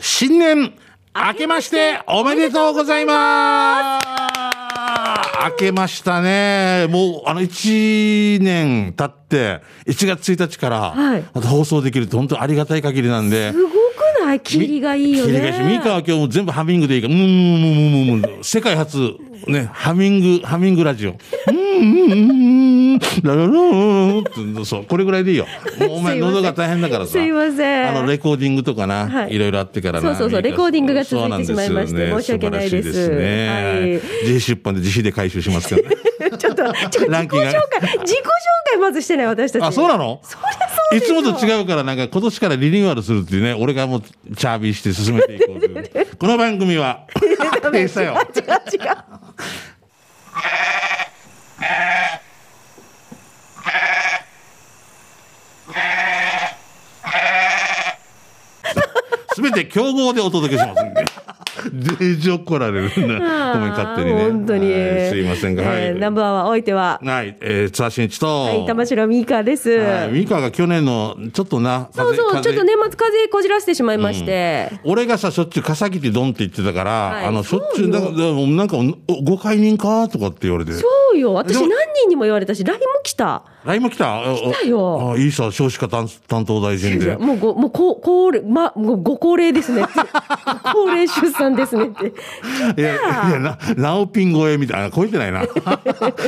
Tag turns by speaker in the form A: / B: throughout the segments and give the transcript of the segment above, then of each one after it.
A: 新年明けましておめでとうございます明けましたねもうあの1年経って1月1日から
B: はい
A: また放送できるって本当ありがたい限りなんで、
B: すごくない霧がいいよね。
A: 切り返しミカは今日も全部ハミングでいいから、うん、うん、うん、うん、うん、世界初、ね、ハミング、ハミングラジオ。うん、うん、うん、うん、ラララーって、そう、これぐらいでいいよ。もうお前
B: すいません
A: 喉が大変だからさ。
B: すいません
A: あの、レコーディングとかな、
B: はい
A: い、ろいろあってからな。
B: そうそうそう
A: いいか
B: レコーディングが続いてしまいまして
A: そうなんですよね
B: 申し訳ないで
A: 素
B: す
A: 晴らしいね。自費出版で自費で回収しますけどね。
B: ちょっと、ちょっと自己紹
A: ラン
B: 介、
A: キング
B: 自己紹介まずしてない私たち。
A: あ、そうなの
B: そりゃそう
A: い
B: で
A: つ
B: すよ
A: もと違うから、なんか今年からリニューアルするっていうね、俺がもうチャービーして進めていこうと いう。この番組は、
B: ダメ
A: 閉鎖よ。
B: 違う違う。
A: すべて競合でお届けしますん で。全然怒られるな。ごめん、勝手にね。
B: 本当に。
A: はいすいませんが、は
B: え
A: い。
B: ーナンバーワンおいては、
A: はい、えー、津田慎一と。
B: はい、玉城ミカです。
A: はい美香が去年の、ちょっとな、
B: そうそう、
A: 風
B: ちょっと
A: 邪。
B: 年末風邪こじらせてしまいまして。
A: 俺がさ、しょっちゅう、笠木ってドンって言ってたから、
B: い
A: あの、しょっちゅう、
B: そう
A: だ
B: よ
A: からなんか、おご解任かとかって言われて。
B: そうよ、
A: で
B: 私
A: も
B: 何人にも言われたし、LINE も来た。
A: ラインも来た来
B: たよ
A: あ、いいさ、少子化担担当大臣で。
B: もうご、もうこ、高齢、ま、もうご高齢ですねって。 ご高齢出産ですねって。
A: いや、いや、な、ナオピン超えみたいな、超えてない な。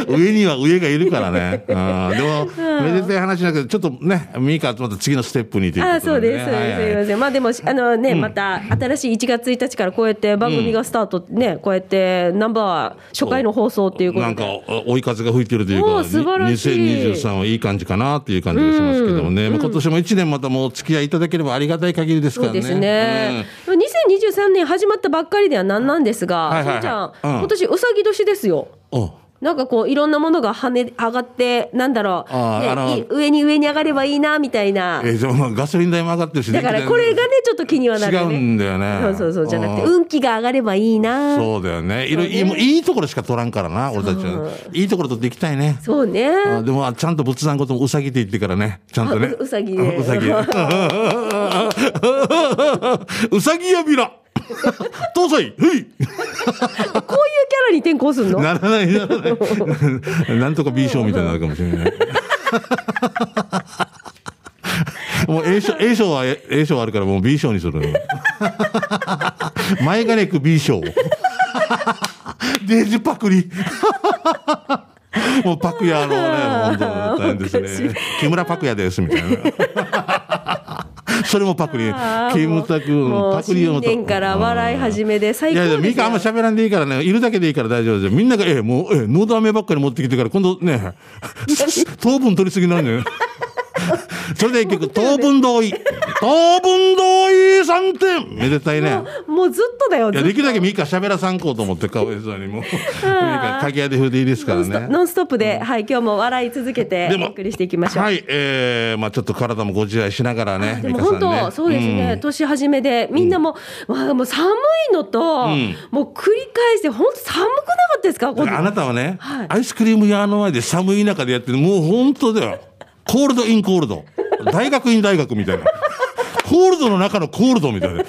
A: 上には上がいるからね。うん、でも、めでたい話だけど、ちょっとね、ミカとまた次のステップにというこ
B: あ
A: と
B: そう
A: で、ね。
B: です、そうです、すい
A: はいはい
B: ません。まあでも、あのね、また新しい1月1日からこうやって番組がスタート、ね、こうやってナンバーワン初回の放送っていうこ
A: な
B: と
A: んか
B: で。、
A: お追い風が吹いてるという
B: お
A: か、
B: ー素晴らしい
A: に2023はいい感じかなっていう感じがしますけどもね。まあ、今年も1年またもうお付き合いいただければありがたい限りですか
B: そ
A: ら
B: う
A: ね。
B: ですね。2023年始まったばっかりではなんなんです
A: は
B: が、
A: いはい
B: そ
A: はいう
B: ちゃん、
A: うん
B: 今年うさぎ年ですよ。
A: うん。お
B: なんかこういろんなものが跳ね上がって、なんだろう、
A: あー
B: ね
A: あの
B: いい上に上に上がればいいなみたいな
A: え、ーでもまあガソリン代も上がってるし、
B: だからこれがね、ちょっと気にはなる
A: 違
B: よ
A: う
B: ね。
A: んだよね。
B: そうそうそう、じゃなくて、
A: うん
B: 運気が上がればいいな、そう
A: そうだよね。いろいろ、もういいところしか取らんからな、俺たちは。いいところ取っていきたいね。
B: ね、
A: あでも、あちゃんと仏壇こともうさぎって言ってからね。ちゃんとね。
B: あううさぎで
A: うさぎ。うさぎやびら。 東西、ふい。
B: こういうキャラに転向するの
A: ならない、ならない。なんとか B 賞みたいになるかもしれ ない。もう A 賞、A 賞は、A 賞あるからもう B 賞にするのよ。前金区 B 賞。デージパクリ。もうパクヤのね、本当大変ですね。木村パクヤです、みたいな。それもパクリ。
B: あー
A: 木村君、
B: もう
A: パクリ用のと
B: 新年から笑い始めで最
A: い
B: 高
A: や
B: で
A: いや、
B: すよ
A: ミカあんま喋らんでいいからね、いるだけでいいから大丈夫ですよ。みんなが、ええ、もう、ええ、のど飴ばっかり持ってきてから、今度ね、糖分取りすぎ なんだよ。それで一曲、糖分同意。糖分同意3点めでたいね。
B: もうずっとだよ、
A: い
B: ず
A: や、
B: っ
A: できるだけミカ喋らさんこうと思って、かわいそうに もう。ミカ、鍵屋で風でいいですから
B: と
A: ね。
B: ノンストップで、はい、今日も笑い続けて
A: で、も
B: お送りしていきましょう。
A: はい、えー、まあちょっと体もご自愛しながらね、
B: で
A: ミ
B: も
A: カさん
B: 本
A: ね。
B: 当、そうですね、年初めで、みんなもう、わあもう寒いのと、もう繰り返して、本当、寒くなかったですか、こ
A: あなたはね、
B: はい
A: アイスクリーム屋の前で寒い中でやってる、もう本当だよ。コールドインコールド。大学院大学みたいな。コールドの中のコールドみたいな。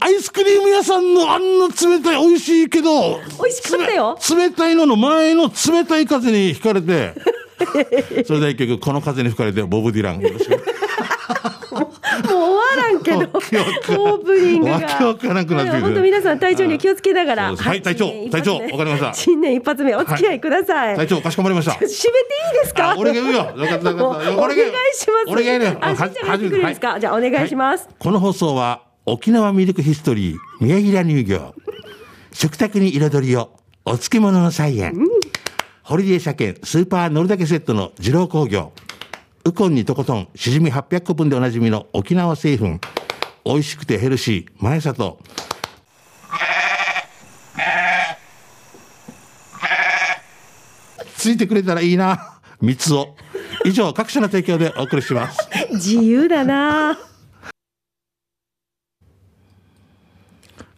A: アイスクリーム屋さんのあんな冷たい、美味しいけど、
B: 美味しかったよ
A: つめ冷たいのの前の冷たい風に吹かれて、それでは一曲、この風に吹かれて、ボブ・ディラン。よろしく
B: もう終わらんけど、オ
A: けわからん
B: ープニングが。
A: わけわからなくなってくる
B: はい本当皆さん体調には気をつけなが
A: そう
B: ら。
A: ですはい隊長隊長わかりました
B: 新年一発目お付き合いください。
A: 隊長、かしこまりま した
B: 締め。ていいですか
A: あ俺が言うよ。よかったよ
B: もう
A: かった
B: お願い
A: よ。俺が言う
B: します。
A: 俺が言うよ。
B: あ、しんちゃんがやってくれるんですかじゃあお願いします。
A: この放送は沖縄ミルクヒストリー宮平乳業食卓に彩りをお漬物の菜園、ホリデー車検スーパー乗るだけセットの二郎工業ウコンにとことんしじみ800個分でおなじみの沖縄製粉美味しくてヘルシー前里ついてくれたらいいな三つを以上各社の提供でお送りします
B: 自由だな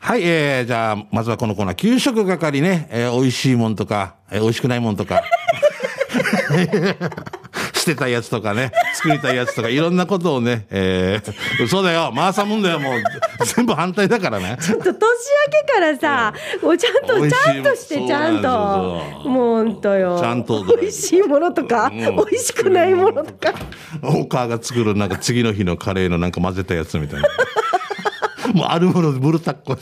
A: はい、えー、じゃあ、まずはこのコーナー、給食係 ね、えー、美味しいもんとか、えー、美味しくないもんとか。スてたやつとかね、作りたいやつとか、いろんなことをね、えー、嘘だよ、回さもんだよ、もう、全部反対だからね。
B: ちょっと年明けからさ、もうちゃん
A: 美
B: と、
A: 味
B: ち
A: しい
B: ゃんとして、
A: そう
B: ちゃんと
A: そうそう。そう
B: もう本当よ。
A: ちゃんと
B: 美味しいものとか、
A: うん
B: 美味しくないものとか。
A: 大川が作るなんか次の日のカレーのなんか混ぜたやつみたいな。もうあるものでブルタッコ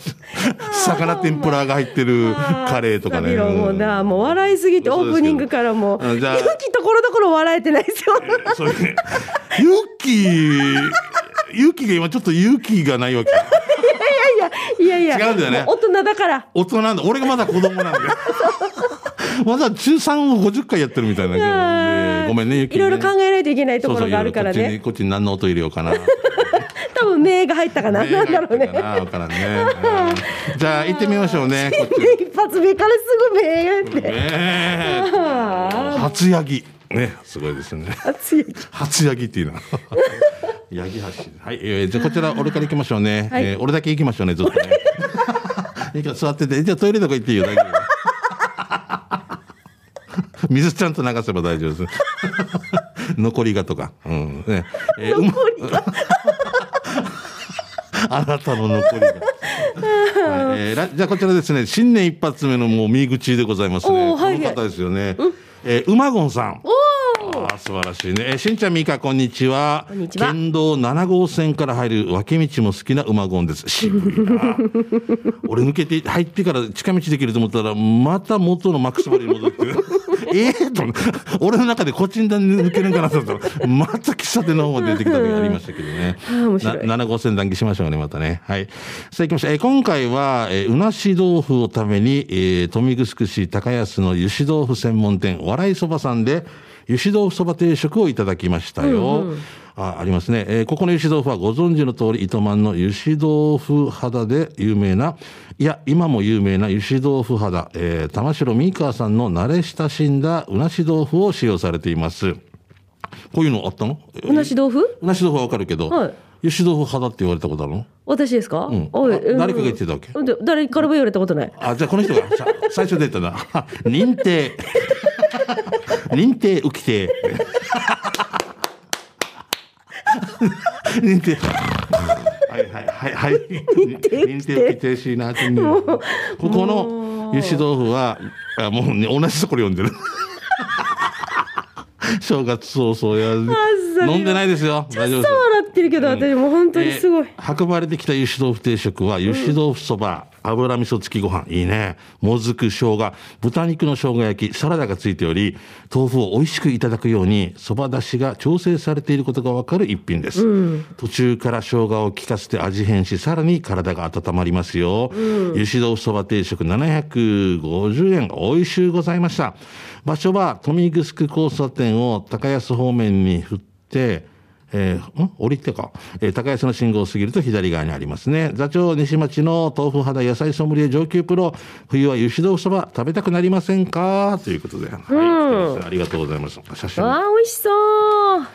A: 魚天ぷらが入ってるカレーとかね。
B: ビロも
A: うん
B: な、もう笑いすぎて、オ
A: そうですけど
B: ープニングからもう、
A: うん
B: 勇
A: じゃあ
B: 気ところどころ笑えてないです よ。
A: そういうね。ユッキー、ユッキーが今ちょっと勇気がないわけ。
B: いやいや、
A: 違うんだよね
B: も大人だから。
A: 大人なんだ。俺がまだ子供なんだよ。まだ中3を50回やってるみたいな感じで。ごめんね、ユッキー
B: いろ
A: ね、
B: いろ考えないといけないと
A: そう
B: こ
A: そうい
B: ろが
A: ろ
B: あ
A: いろ
B: るからね。
A: こっちにこっちに何の音入れようかな。
B: 多分、名が入ったかな。なんだろうね。
A: な。わからんね。うんじゃあ行ってみましょうね。こっち
B: 一発目からすぐ名が入って。
A: ええ
B: あ
A: 初ヤギ。ね、すごいですね。
B: あ、熱い。
A: 初ヤギっていう な。ヤギ橋。はい、えーじゃあこちら俺から行きましょうね。
B: はい
A: えー俺だけ行きましょうね、ずっと ね。いいから座ってて。じゃあトイレとか行っていいよ、大丈夫。 水ちゃんと流せば大丈夫です。 残りがとか。うん。ね。えー うま
B: 残りが。
A: あなたの残りが。はいえーらじゃあこちらですね、新年一発目のもう右口でございますね。
B: おーはい
A: この方ですよね。えー、馬ゴンさん。あー素晴らしいね。えーしんちゃん、みーか、こんにちは。
B: こんにちは
A: 県道7号線から入る脇道も好きな馬ゴンです。渋いな。俺抜けて、入ってから近道できると思ったら、また元のマックスまで戻って。 ええと、俺の中でこっちに抜けるんかなと思ったら、また喫茶店の方まで出てきた時ありましたけどね。
B: あー面白い
A: な7号線談義しましょうね、またね。はい。さあ行きましょう。えー今回は、えーうなし豆腐をために、えー、富城市高安の油脂豆腐専門店、笑いそばさんで、油脂豆腐そば定食をいただきましたよ。あありますね、えーここの油脂豆腐はご存知の通り、糸満の油脂豆腐肌で有名な、いや、今も有名な油脂豆腐肌、えー、玉城美川さんの慣れ親しんだうなし豆腐を使用されています。こういうのあったの
B: うなし豆腐
A: なし豆腐はわかるけど、
B: はい
A: 吉豆腐派だって言われたことあるの
B: 私ですか、うんおい
A: あ誰かが言ってたわけ
B: うんで誰からも言われたことない。
A: あ、じゃあこの人が さ最初出たな。認定。 認定 浮きて。認定。はいはいはいはい。認定
B: 浮き亭
A: 浮きてしなってんだよここの油脂豆腐は、あもうね、同じところ読んでる。 正月早々や
B: あそれは
A: 飲んでないですよ。大丈夫で
B: 嘘
A: す。
B: 笑ってるけど、私もう本当にすごい。
A: えー運ばれてきた油脂豆腐定食は、油脂豆腐そば、油味噌付きご飯、いいね。もずく、生姜、豚肉の生姜焼き、サラダがついており、豆腐を美味しくいただくように、そば出汁が調整されていることがわかる一品です。途中から生姜を効かせて味変し、さらに体が温まりますよ。油脂豆腐そば定食750円、美味しゅうございました。場所は、富城交差点を高安方面に振って、えーん降りてか、えー高安の信号を過ぎると左側にありますね。座長西町の豆腐肌野菜ソムリエ上級プロ、冬は油脂豆腐そば食べたくなりませんかということで、はい来てますありがとうございます。写真。
B: わあ、美味しそう。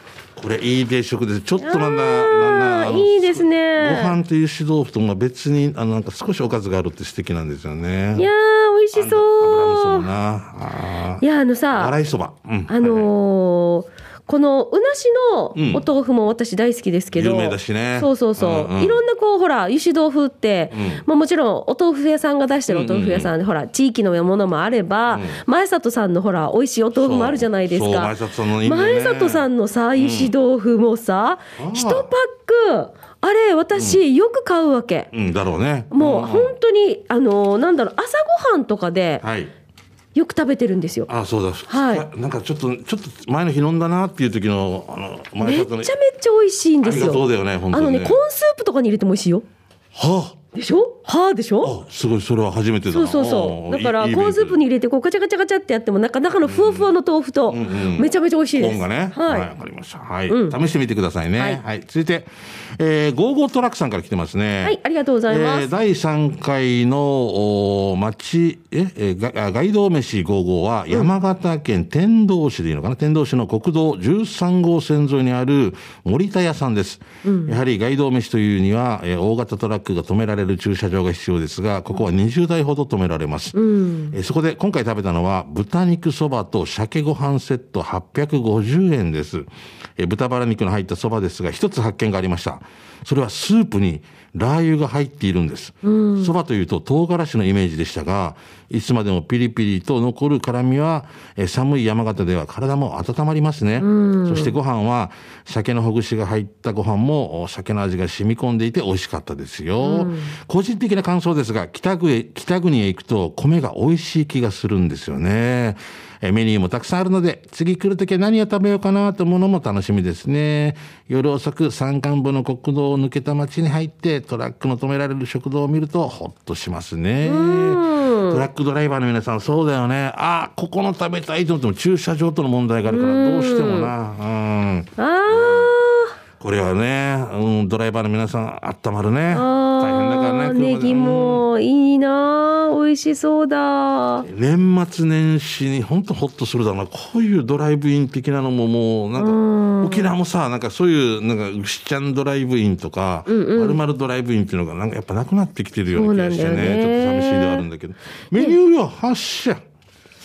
A: これいい定食です。ちょっとなんだ、なんだ、あの
B: いいです
A: ご
B: ね。
A: 飯と油脂豆腐とまあ別に、あの、なんか少しおかずがあるって素敵なんですよね。
B: いやー、美味し
A: 油味噌
B: そ
A: も
B: う。
A: な。あ
B: いや、あの
A: ー
B: さ、
A: 洗いそば。うん。
B: あのーこのうなし
A: うん
B: のお豆腐も私大好きですけど、
A: 有名だしね
B: そうそうそう、
A: うんうん
B: いろんなこうほら油脂豆腐って、
A: ん
B: まあ、もちろんお豆腐屋さんが出してるお豆腐屋さんで、ほら地域のものもあれば、前里さんのほら美味しいお豆腐もあるじゃないです
A: そうそう
B: か
A: 前里さんのいいんだよね
B: 前里さんのさ油脂豆腐もさ、一1パックあれ私よく買うわけ、
A: うん、だろうね。
B: もうん本当にあのーなんだろう朝ごはんとかで
A: はい。
B: よく食べてるんですよ
A: あそうだ、
B: はい
A: なんかちょっとちょっと前の日飲んだなっていう時のあの前
B: め
A: ち
B: っ
A: ょっ
B: ちゃ
A: と
B: め
A: ね
B: っちゃ美味しいんですよ。
A: ありがとうだよね本当
B: あ
A: に
B: の
A: ね
B: ね、コーンスープとかに入れても美味しいよ。
A: は
B: でしょはあでしょ
A: ああすごいそれは初めてだ
B: そ
A: な
B: うそうそ
A: あ
B: う。だから、
A: いいいい
B: コーンスープ
A: 勉
B: に入れて、こう、ガチャガチャガチャってやっても、中中のふわふわの豆腐と、めちゃめちゃ美味しい
A: 強
B: です。
A: 本がね
B: は。
A: はいいわかりましたはい、
B: うん
A: 試してみてくださいねは、
B: はいい
A: 続いてえーゴーゴートラックさんから来てますね
B: はいありがとうございます
A: えー第3回のおー町ええーがあガイド飯55は山形県天童市でいいのかな、天童市の国道13号線沿いにある森田屋さんです、やはりガイド飯というには、えー大型トラックが止められれる駐車場が必要ですが、ここは20台ほど止められます。えーそこで今回食べたのは、豚肉そばと鮭ご飯セット850円です。えー豚バラ肉の入ったそばですが、一つ発見がありました。それはスープにラー油が入っているんです。そばというと唐辛子のイメージでしたが、いつまでもピリピリと残る辛みは、えー寒い山形では体も温まりますね。そしてご飯は、鮭のほぐしが入ったご飯も、お鮭の味が染み込んでいて美味しかったですよ。個人的な感想ですが、北国へ、北国へ行くと米が美味しい気がするんですよね。えメニューもたくさんあるので、次来るときは何を食べようかなと思うのも楽しみですね。夜遅く山間部の国道を抜けた町に入って、トラックの止められる食堂を見ると、ほっとしますね。トラックドライバーの皆さん、そうだよね。ああ、ここの食べたいと思っても駐車場との問題があるから、どうしてもな。うん。
B: ああ
A: これはね、うん、ドライバーの皆さん、あったまるね。
B: あ
A: 大変だからね
B: ー、
A: 車で
B: ネギもいいなー美味しそうだ
A: 年末年始に本当ホッとするだろうな。こういうドライブイン的なのももう、なんか、沖縄もさ、なんかそういう、なんか、牛ちゃんドライブインとか、まるまるドライブインっていうのが、なんかやっぱなくなってきてるような気がして
B: そうなんだ
A: ね。
B: よね
A: ちょっと寂しいではあるんだけど。メニューよ、発射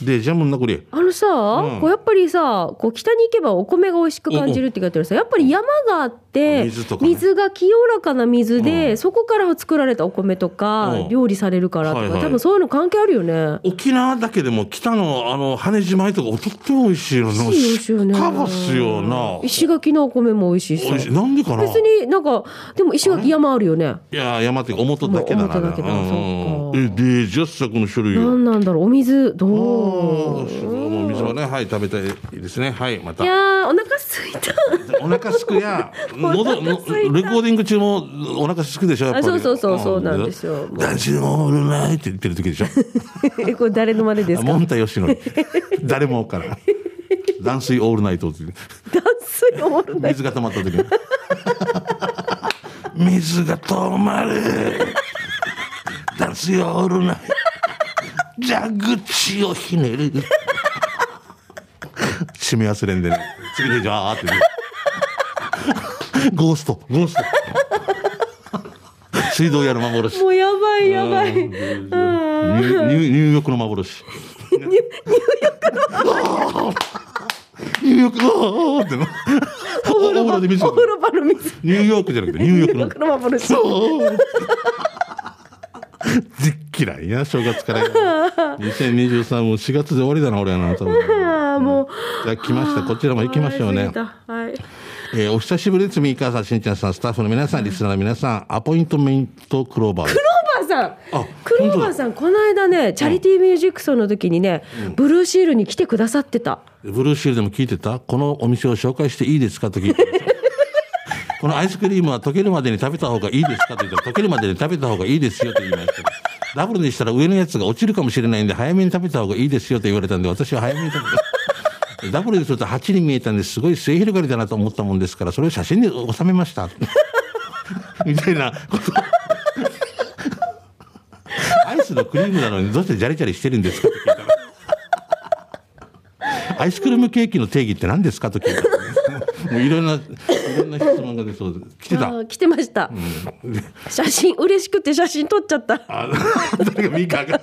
A: で、ジャムの残り。
B: あのさ、
A: ん
B: こうやっぱりさこう北に行けばお米が美味しく感じるって言ってるさやっぱり山があって
A: 水とかね
B: 水が清らかな水で、そこから作られたお米とか、
A: うん
B: 料理されるからとか、
A: はいはい
B: 多分そういうの関係あるよね。
A: 沖縄だけでも、北の、あの、羽島とか、とっても美味しいよな。
B: 美味しいよね。
A: カバスよな。
B: 石垣のお米も美味しいし
A: 美
B: さ。
A: 味しい。なんでかな。
B: 別になんかでも石垣山あるよね。
A: いやー、山っていうか表だけだな。
B: 表だけだ
A: うん
B: そっか
A: え、で、ジャスサクの種類
B: な
A: を。
B: んなんだろうお水ど
A: お
B: う。
A: ーお水はね、はい、食べたいですね。はい、ま
B: い
A: た。
B: やーお腹すいた。
A: お腹すくや、
B: お腹
A: 喉、
B: すい
A: のレ
B: た
A: コーディング中もお腹すくでしょ、やっぱり。
B: あそうそうそうそうなんですよ
A: 男子もるないって言ってる時でしょ。
B: え これ誰の真似ですか。
A: モンタヨシノリ。誰も から。断水オールナイトっていう
B: 断水終わるんだ
A: 水が溜まった時に水が止まる断水オールナイト蛇口をひねる締め忘れんでね次の日じゃあーってねゴーストゴースト水道屋の幻
B: もうやばいやばい。うん
A: ニュニュ入浴の幻。入浴の幻。入浴のあーっての。おお風呂で水
B: お風呂場の水。
A: ニューヨークじゃなくて、ニューヨークの。
B: 黒まぶる し。
A: そう。でっ嫌いや、正月から。2023も4月で終わりだな、俺はな。多分
B: ああもう。
A: じゃあ来ました。こちらも行きましょう
B: あ
A: ね
B: ー。過ぎたはい。
A: えーお久しぶりです。三川さん、しんちゃんさん、スタッフの皆さん、リスナーの皆さん、アポイントメントクローバーです。
B: クローバーさん
A: あ、
B: クローバーさん、この間ね、チャリティーミュージックソンの時にね、ブルーシールに来てくださってた。
A: ブルーシールでも聞いてたこのお店を紹介していいですかと聞いてました。 このアイスクリームは溶けるまでに食べた方がいいですかと言ったら、溶けるまでに食べた方がいいですよと言いました。ダブルにしたら上のやつが落ちるかもしれないんで、早めに食べた方がいいですよと言われたんで、私は早めに食べた。ダブルにすると8に見えたんですごい末広がりだなと思ったもんですから、それを写真に収めました。みたいなこと。アイスのクリームなのにどうしてジャリジャリしてるんですかって聞いたら。アイスクリームケーキの定義って何ですかと聞いたのね、もういろんな、いろんな質問が出そうです。来て
B: あ
A: た。
B: ー来てました。写真嬉しくて写真撮っちゃった。
A: あ、誰かミカが。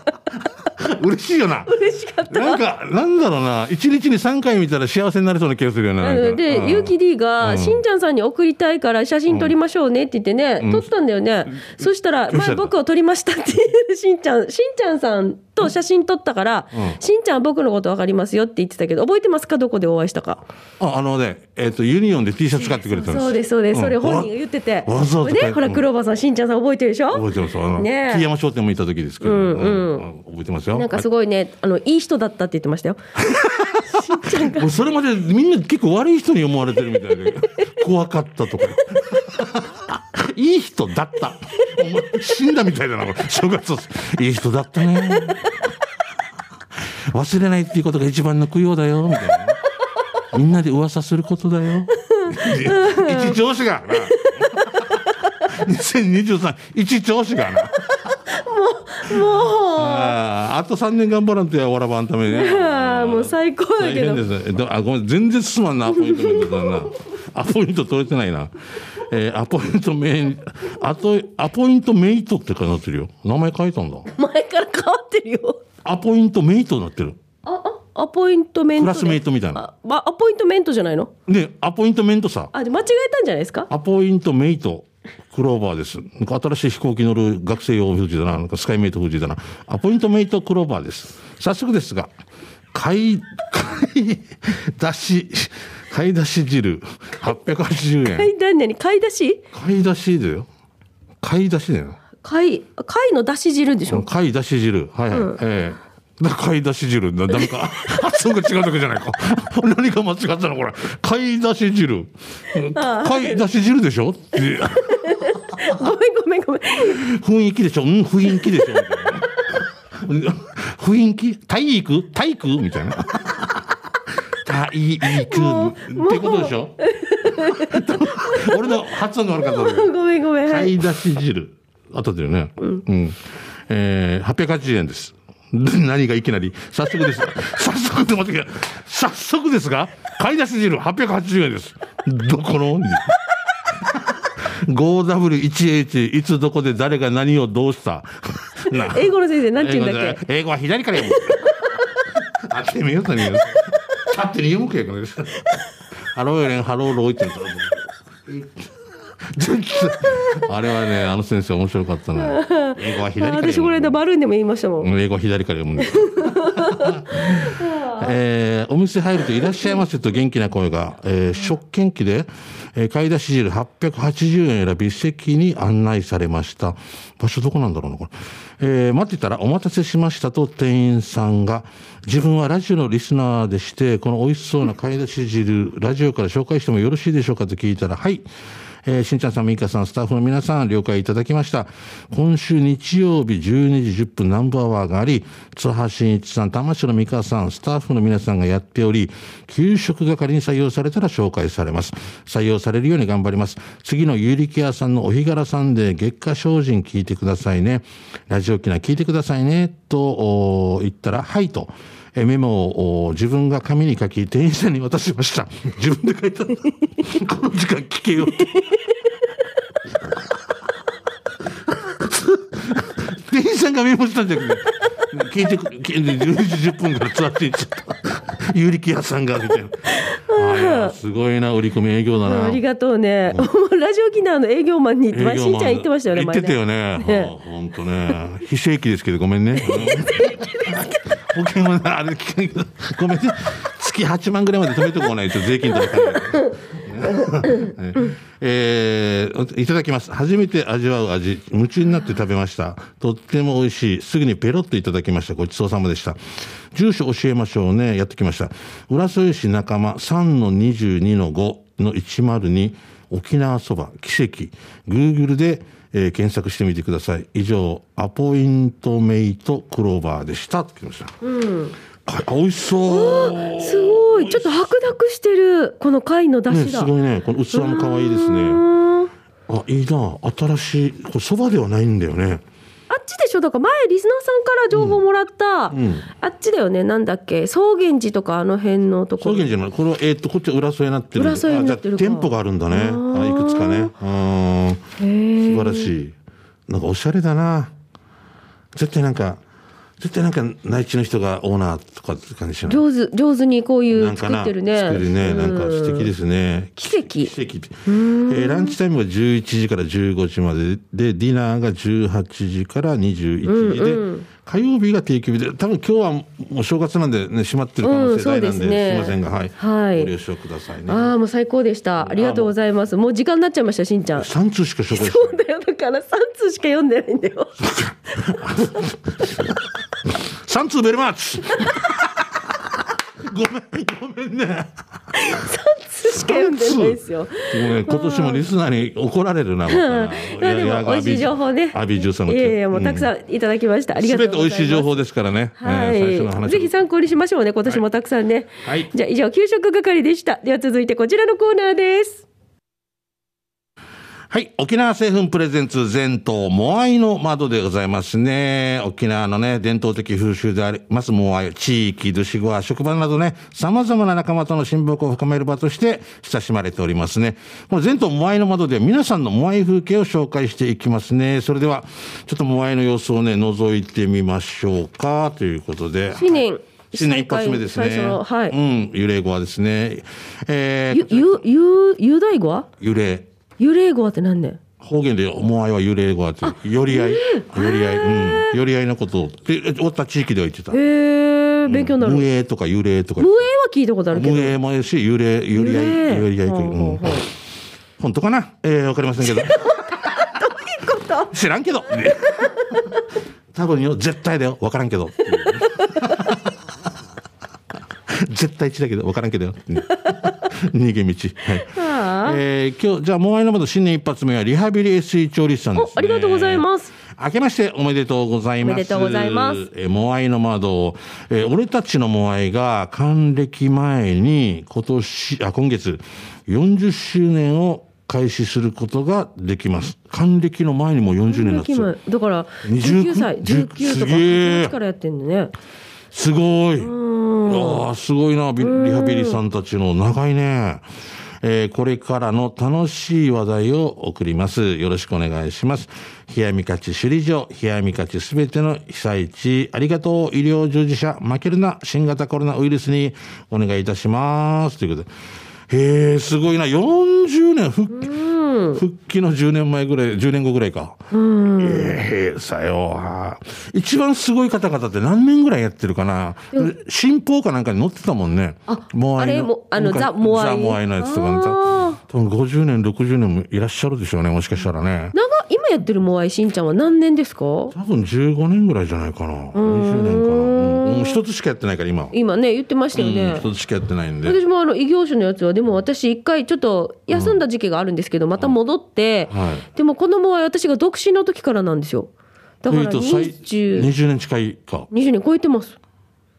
A: 嬉しいよな。
B: 嬉しかった。
A: なんか、なんだろうな。一日に3回見たら幸せになりそうな気がするよね。なんか
B: で、
A: うん
B: ゆうき D が、しんちゃんさんに送りたいから写真撮りましょうねって言ってね、撮ったんだよね。そしたら、
A: どうし
B: ま
A: た
B: あ
A: の
B: 僕を撮りましたっていう、しんちゃん、しんちゃんさんと写真撮ったから、しんちゃんは僕のことわかりますよって言ってたけど、覚えてますかどこでお会いしたか。
A: あ、あのね、えっ、と、ユニオンで T シャツ買ってくれたんです。
B: そうです、そうです。それ本人が言ってて。
A: わわざわざ買い
B: ね、ほら、クローバーさん、しんちゃんさん覚えてるでしょ
A: 覚えてます。あの、
B: ねえ
A: 木山商店も行った時ですけど、
B: うんうん
A: うん覚えてますよ。
B: なんかすごいね、あの、いい人だったって言ってましたよ。しんちゃんが。
A: もうそれまでみんな結構悪い人に思われてるみたい で怖かったとかいい人だったお前死んだみたいだなこれ正月いい人だったね忘れないっていうことが一番の供養だよみたいなみんなで噂することだよ一調子がな2023一調子がな
B: もう、
A: あーあと3年頑張らんとやわらばんためね
B: ああ、もう最高だ
A: 大
B: け
A: 変
B: ど
A: で。すね。えっとあ、ごめん、全然すまんな、アポイントメントだな。アポイント取れてないな。えーアポイントメイあとアポイントメイトって書いてなってるよ名前書いたんだ
B: 前から変わってるよ
A: アポイントメイトになってる
B: ああアポイントメントで
A: クラスメイトみたいな
B: あ、まアポイントメントじゃないの
A: ねアポイントメントさ
B: あで間違えたんじゃないですか
A: アポイントメイトクローバーですなんか新しい飛行機乗る学生用富士だななんかスカイメイト富士だなアポイントメイトクローバーです早速ですが買い買い出し買い出し汁880円
B: 買い何何買い出し
A: 買い出しだよ買い出しだよ
B: 買い貝の出し汁でしょ
A: 貝出し汁はいはい、ええな貝出し汁なダメか 発音が違うだけじゃないか 何か間違ったのこれ貝出し汁貝出し汁でしょって
B: ごめんごめんごめん
A: 雰囲気でしょうん雰囲気でしょみたいな雰囲気体育体育みたいな体育ってことでしょ 俺の発音が悪かったんだけど
B: ごめんごめん、
A: 買い出し汁。あっただよね。うん。えー、880円です。 で何がいきなり、早速 です。早速って待ってください早速ですが、買い出し汁880円です。どこの ?5W1H、いつどこで誰が何をどうした。 な
B: 英語の先生なんて言うんだっけ
A: 英語は左から 読む。あてみようとに。勝手に読むけどね。ハローエレン、ハローロイって言うんだろうね 全然あれはね、あの先生面白かったな。英語は左から
B: あ
A: 読む。
B: 私この間バルーンでも言いましたもん、
A: 英語は左から読むんです。えーお店入るといらっしゃいませと元気な声が、えー食券機で、えー買い出し汁880円選び席に案内されました。場所どこなんだろうな、これ。えー待ってたらお待たせしましたと店員さんが、自分はラジオのリスナーでして、この美味しそうな買い出し汁、ラジオから紹介してもよろしいでしょうかと聞いたら、はい。えーしんちゃんさん、みーかさん、スタッフの皆さん、了解いただきました。今週日曜日12時10分ナンバーワーがあり、津波真一さん、玉城美香さん、スタッフの皆さんがやっており、給食係に採用されたら紹介されます。採用されるように頑張ります。次のゆうりケアさんのお日柄さんで月下精進聞いてくださいね。ラジオ機内聞いてくださいね。とおー言ったら、はいと。えメモをお自分が紙に書き、店員さんに渡しました。自分で書いた。 この時間聞けよって。店員さんがメモしたんじゃなくて。聞いてく、聞いて、10時10分から座っていっちゃった。有力屋さんが、みたいな。あいやすごいな、売り込み営業だな。
B: ありがとうね、 ラジオ機能の営業マンに、まあ、しんちゃん言ってましたよね
A: 言ってたよね。
B: 前ね
A: はあほんとね。非正規ですけど、ごめんね。保険はなあれ聞かないけど、ごめんね。月8万ぐらいまで止めておかないと税金取られるからねえーいただきます。初めて味わう味、夢中になって食べました。とっても美味しい。すぐにペロッといただきました。ごちそうさまでした。住所教えましょうね。やってきました。浦添市仲間3-22-5の102沖縄そば奇跡。Google で、えー検索してみてください。以上、アポイントメイトクローバーでした。と来ました。か美味しそう。
B: すごいちょっと白濁してるこの貝の出
A: ね、
B: 汁
A: す
B: だ、
A: ごいね。この器も可愛いです
B: う
A: ね。
B: ーん
A: あ、いいな。新しい。これ、そばではないんだよね。
B: あっちでしょだから前リスナーさんから情報もらった、あっちだよねなんだっけ草原寺とかあの辺のとこ
A: そう
B: ろ
A: いうんじゃない。これは、えーっと、こっちは浦添になってる。
B: 浦添になってる
A: あ
B: か
A: じゃあ店舗があるんだね。あ、いくつかね。うん。素晴らしい。なんか、おしゃれだな。絶対なんか、絶対なんか、内地の人がオーナーとかって感じしない。
B: 上手上手にこうい
A: な
B: うん
A: か
B: 作
A: な
B: ってるね
A: 作りね。なんか素敵
B: で
A: ですね。
B: 奇跡
A: 奇跡って。えーランチタイムが11時から15時までで、ディナーが18時から21時で、火曜日が定休日で、多分今日はもう正月なんでね、閉まってる可能性大なんで、
B: うんそうですね
A: すいませんが、はい。
B: はい
A: ご了承くださいね。
B: ああもう最高でしたありがとうございますもう時間になっちゃいましたしんちゃん
A: 3通しか紹介し
B: そうだよだから3通しか読んでないん だよ
A: 3通ベルマーチごめん、ごめんね。
B: 3通しか読んでないですよ
A: もうね今年もリスナーに怒られるな、またな
B: まあでも美味しい情報ね
A: アビジュさんの
B: いやいやもうたくさんいただきました、ありがと
A: 全
B: うご
A: て
B: ざ
A: 美
B: います
A: 味しい情報ですからね。
B: は
A: えー最初の
B: い、
A: 話。
B: ぜひ参考にしましょうね、今年もたくさんね。
A: はい
B: じゃあ、以上、給食係でした。では続いてこちらのコーナーです。
A: はい。沖縄製粉プレゼンツ全島モアイの窓でございますね。沖縄のね、伝統的風習でありますモアイ、地域、寿司語は職場などね、様々な仲間との親睦を深める場として親しまれておりますね。この全島モアイの窓では皆さんのモアイ風景を紹介していきますね。それでは、ちょっとモアイの様子をね、覗いてみましょうか、ということで。
B: 新年
A: 新年一発目ですね。
B: 最初のはい
A: うん、幽霊語はですね。え
B: ゆ
A: ー、
B: ゆゆ雄大語は
A: 幽霊。
B: 幽霊語はってなんねん
A: 方言で、思いは幽霊語って、寄り合い、寄り合い、うん、寄り合いのことを、で、おった地域では言ってた。
B: へえ勉強になる無
A: 無
B: 影
A: 影とか幽霊とか
B: は、聞いたことあるけど
A: 無影もやし、幽霊、寄り合い、寄り合いという、
B: ほうほ
A: う
B: うんほう
A: 本当かなえー、わかりませんけど。知らんけど。ね多分よ、絶対だよ、わからんけど。絶対一だけど、わからんけどよ。うん逃げ道。はい。
B: はあ
A: えー今日、じゃあ、モアイの窓新年一発目はリハビリ SE 調理師さんです、ね。
B: おありがとうございます。
A: 明けましておめでとうございます。
B: おめでとうございます
A: えーモアイの窓、えー俺たちのモアイが還暦前に今年、あ、今月、40周年を開始することができます。還暦の前にもう40年だっ
B: 勤
A: た
B: 務だから
A: 29
B: 19歳
A: 19
B: 19と
A: す
B: か
A: げえ
B: 18からやってんだね
A: すごい。ああ、すごいな、ビリハビリさんたちの長いね。えーこれからの楽しい話題を送ります。よろしくお願いします。冷やみかち首里城、冷やみかちすべての被災地、ありがとう医療従事者、負けるな、新型コロナウイルスにお願いいたします。ということで。へえ、すごいな、40年復帰、復帰の10年前ぐらい、10年後ぐらいか。ええさよう。一番すごい方々って何年ぐらいやってるかな、新報かなんかに載ってたもんね。
B: あ
A: モアイの
B: あれもあの
A: 昔
B: ザモアイ
A: ザ・モアイのやつとかね
B: あ
A: 多分50年、60年もいらっしゃるでしょうね、もしかしたらね。
B: 長今やってるモアイしんちゃんは何年ですか
A: 多分15年ぐらいじゃないかな。20年かな。うんうん一つしかやってないから、今。
B: 今ね言ってましたよ
A: うん
B: ね、
A: 一つしかやってないんで。
B: 私もあの異業種のやつはでも私一回ちょっと休んだ時期があるんですけどまた戻って、
A: は
B: でもこのモアイ私が独身の時からなんですよだから
A: というと最
B: 2020
A: 20年近いか。
B: 年超えてます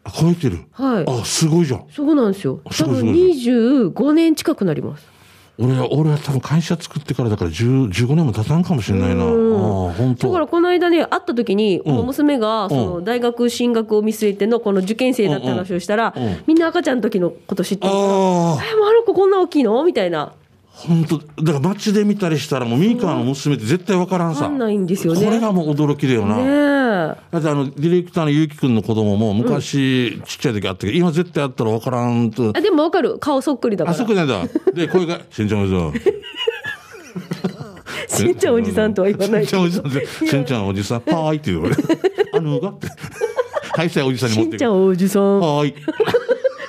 A: あ超えてる。
B: はい
A: あ、すごいじゃん。
B: そうなんですよ
A: す
B: 多
A: ごいす
B: 分
A: ごい
B: 25年近くなります
A: 俺は、俺は多分会社作ってからだから10 15年も経たんかもしれないな。ああー、本
B: だ
A: 当。
B: からこの間ね会った時に、もう娘がその大学進学を見据えてのこの受験生だって話をしたら、
A: うんうんうん
B: みんな赤ちゃんの時のこと知ってるから
A: ああ、
B: えもうあの子こんな大きいのみたいな
A: 本当だから街で見たりしたらもうミーカーの娘って絶対わからん
B: わ
A: さ。
B: かんないんですよね
A: これがもう驚きだよな。
B: ねえ
A: だってあの、ディレクターのゆうきくんの子供も昔ちっちゃい時あったけど、今絶対あったらわからんと。
B: あでもわかる顔そっくりだか
A: あ
B: ら
A: そこなんだ。で、声が、しんちゃんおじさん。
B: しんちゃんおじさんとは言わない
A: しんちゃんおじさんで、しんちゃんおじさん、はーいって言うの俺。あのが って。はい、さおじさんに
B: し
A: 持っ
B: ん
A: て
B: ちゃんおじさん
A: はーい。